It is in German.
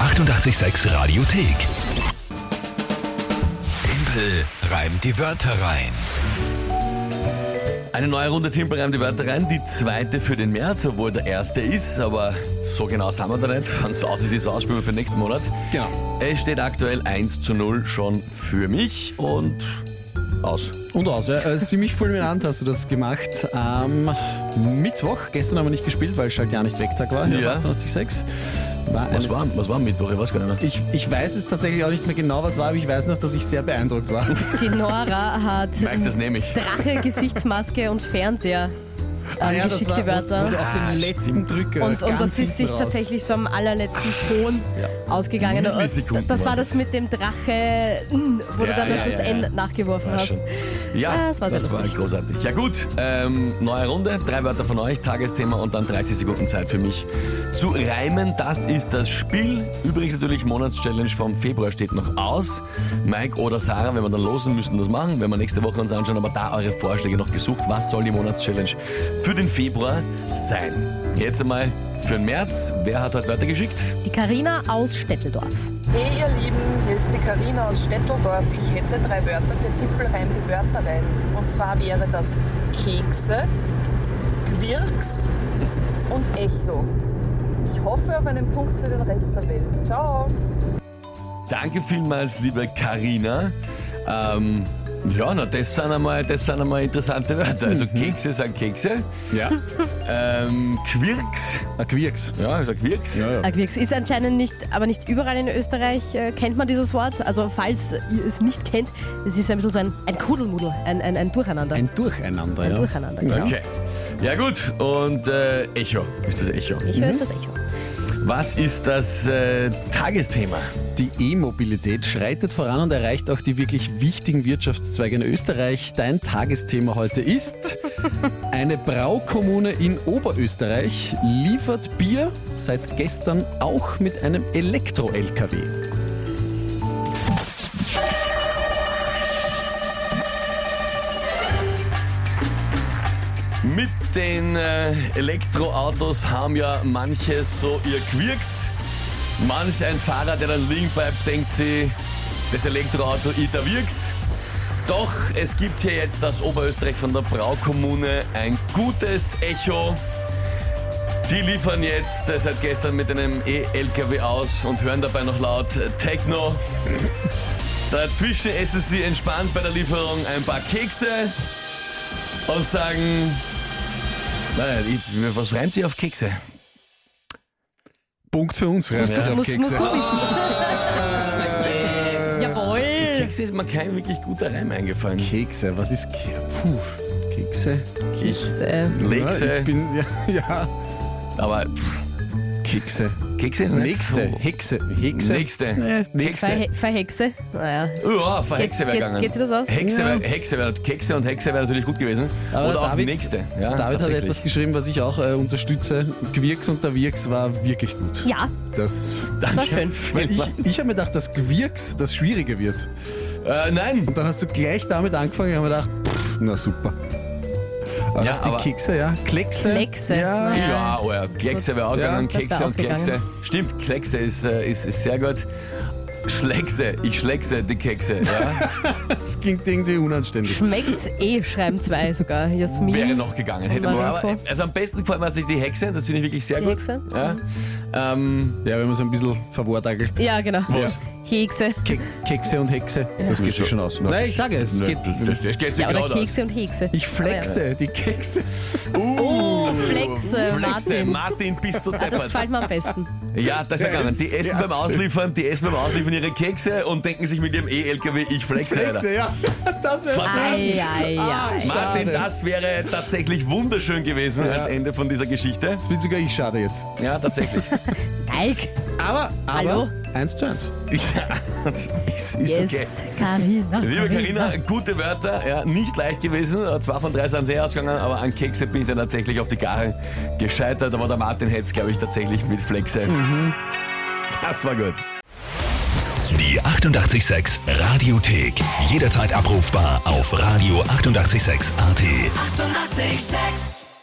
886 Radiothek. Tempel reimt die Wörter rein. Eine neue Runde Timpel reimt die Wörter rein, die zweite für den März, obwohl der erste ist, aber so genau sind wir da nicht. Wenn es aus ist, ist es aus, spielen wir für den nächsten Monat. Genau. Es steht aktuell 1 zu 0 schon für mich und aus. Und aus. Ja. Äh, ziemlich fulminant hast du das gemacht am Mittwoch. Gestern haben wir nicht gespielt, weil Schaltjahr nicht Wegtag war. Ja. 88,6. War Was eines- war, was war am Mittwoch? Ich weiß gar nicht mehr. Ich, ich weiß es tatsächlich auch nicht mehr genau, was war, aber ich weiß noch, dass ich sehr beeindruckt war. Die Nora hat Mike, das nehme ich. Drache, Gesichtsmaske und Fernseher Ah angeschickt, die Wörter. Und auf den letzten Drücker. Und, und ganz das ist hinten sich raus. tatsächlich so am allerletzten Ton ausgegangen. Und Millisekunden Das war war das mit dem Drache, mm, wo Ja, du dann ja, noch das ja, N ja. nachgeworfen War hast. schon. Ja, Ja, es war sehr das war lustig. großartig. Ja gut, ähm, neue Runde, drei Wörter von euch, Tagesthema und dann 30 Sekunden Zeit für mich zu reimen. Das ist das Spiel. Übrigens natürlich Monatschallenge vom Februar steht noch aus. Mike oder Sarah, wenn wir dann losen, müssen das machen, wenn wir nächste Woche uns anschauen, aber da eure Vorschläge noch gesucht. Was soll die Monatschallenge für den Februar sein? Jetzt einmal für den März. Wer hat heute Wörter geschickt? Die Karina aus Stetteldorf. Hey ihr Lieben, hier ist die Karina aus Stetteldorf. Ich hätte drei Wörter für Tippelreim die Wörter rein. Und zwar wäre das Kekse, Quirks und Echo. Ich hoffe auf einen Punkt für den Rest der Welt. Ciao! Danke vielmals, liebe Karina. Ähm, ja, na, das sind, einmal, das sind einmal interessante Wörter. Also Kekse sind Kekse. Mhm. Ja. Ähm, Quirks. Ein Quirks. Ja, ich sag Quirks. Ja, ja. Aquirx ist anscheinend nicht, aber nicht überall in Österreich äh, kennt man dieses Wort. Also falls ihr es nicht kennt, es ist ein bisschen so ein, ein Kuddelmuddel, ein, ein, ein Durcheinander. Ein Durcheinander, Ein ja. Durcheinander, genau. Okay. Ja gut, und äh, Echo ist das Echo. Ich höre es das Echo. Was ist das äh, Tagesthema? Die E-Mobilität schreitet voran und erreicht auch die wirklich wichtigen Wirtschaftszweige in Österreich. Dein Tagesthema heute ist, eine Braukommune in Oberösterreich liefert Bier seit gestern auch mit einem Elektro-LKW. Mit den äh, Elektroautos haben ja manche so ihr Quirks. Manch ein Fahrer, der dann liegen bleibt, denkt sie, das Elektroauto Ita Wirks. Doch es gibt hier jetzt aus Oberösterreich von der Braukommune ein gutes Echo. Die liefern jetzt äh, seit gestern mit einem E E-LKW aus und hören dabei noch laut äh, Techno. Dazwischen essen sie entspannt bei der Lieferung ein paar Kekse und sagen, nein, ich, was reimt sich auf Kekse? Punkt für uns, reimt sich Muss, musst du wissen. Ah. Jawohl. Kekse ist mir kein wirklich guter Reim eingefallen. Kekse, was ist Ke Puh, Kekse? Kekse. Ja, Kekse, ich bin, ja, ja. aber pff, Kekse. Kekse ist nicht Nächste, so. Hexe, Hexe. Nächste. Nee, Kekse. Verhe Verhexe. Naja. Ja, für Geht- Hexe wäre geht's- gegangen. geht's dir das aus? Hexe, Ja. wär, Hexe wär, Kekse und Hexe wäre natürlich gut gewesen. Aber Oder der David, auch Nächste. der David hat tatsächlich. etwas geschrieben, was ich auch äh, unterstütze. Gwirks und der Wirks war wirklich gut. Ja, Das, das war schön. weil ich ich habe mir gedacht, dass Gwirks das Schwierige wird. Äh, nein, Und dann hast du gleich damit angefangen. Ich habe mir gedacht, pff, na super. Aber Ja, was die aber- Kekse, ja? Kleckse? Kleckse, Ja. naja. ja, oh ja, Kleckse wäre auch Ja, gegangen. das wär Kekse auch und Kleckse. gegangen. Stimmt, Kleckse ist, äh, ist, ist sehr gut. Schleckse, ich schleckse die Kekse. Ja. Das klingt irgendwie unanständig. Schmeckt's eh, schreiben zwei sogar. Jasmin. Wäre noch gegangen. Hätte man, aber, also am besten gefallen mir hat sich die Hexe, das finde ich wirklich sehr Die gut. Hexe? Ja. Ähm, Ja, wenn man es ein bisschen verwortagelt. Ja, genau. Was? Kekse. Genau Ke Kekse und Hexe, das geht sich schon aus. Nein, ich sage es. es geht, das, das geht sich Ja, oder gerade aus. Kekse und Hexe. ich flexe die Kekse. Oh, Uh, Flexe, Flexe, Martin. Martin, bist du Ah, das deppert. gefällt mir am besten. Ja, das ist ja gegangen. Die essen beim Ausliefern, die essen beim Ausliefern ihre Kekse und denken sich mit ihrem E-LKW, ich flexe. Alter. Kekse, ja. Das wär's. Ah. Ei, ei, ei. Martin, das wäre tatsächlich wunderschön gewesen Ja. als Ende von dieser Geschichte. Das bin sogar ich schade jetzt. Ja, tatsächlich. Eik. Aber, Hallo? aber, eins zu eins. ja, ist, ist okay. Yes, Karina. Liebe Karina, gute Wörter, ja, nicht leicht gewesen. Zwar von drei sind sehr ausgegangen, aber an Kekse bin ich dann tatsächlich auf die Gare gescheitert. Aber der Martin hätte es, glaube ich, tatsächlich mit Flexe. Das war gut. Die 886 Radiothek. Jederzeit abrufbar auf radio886.at. 886! 886. 886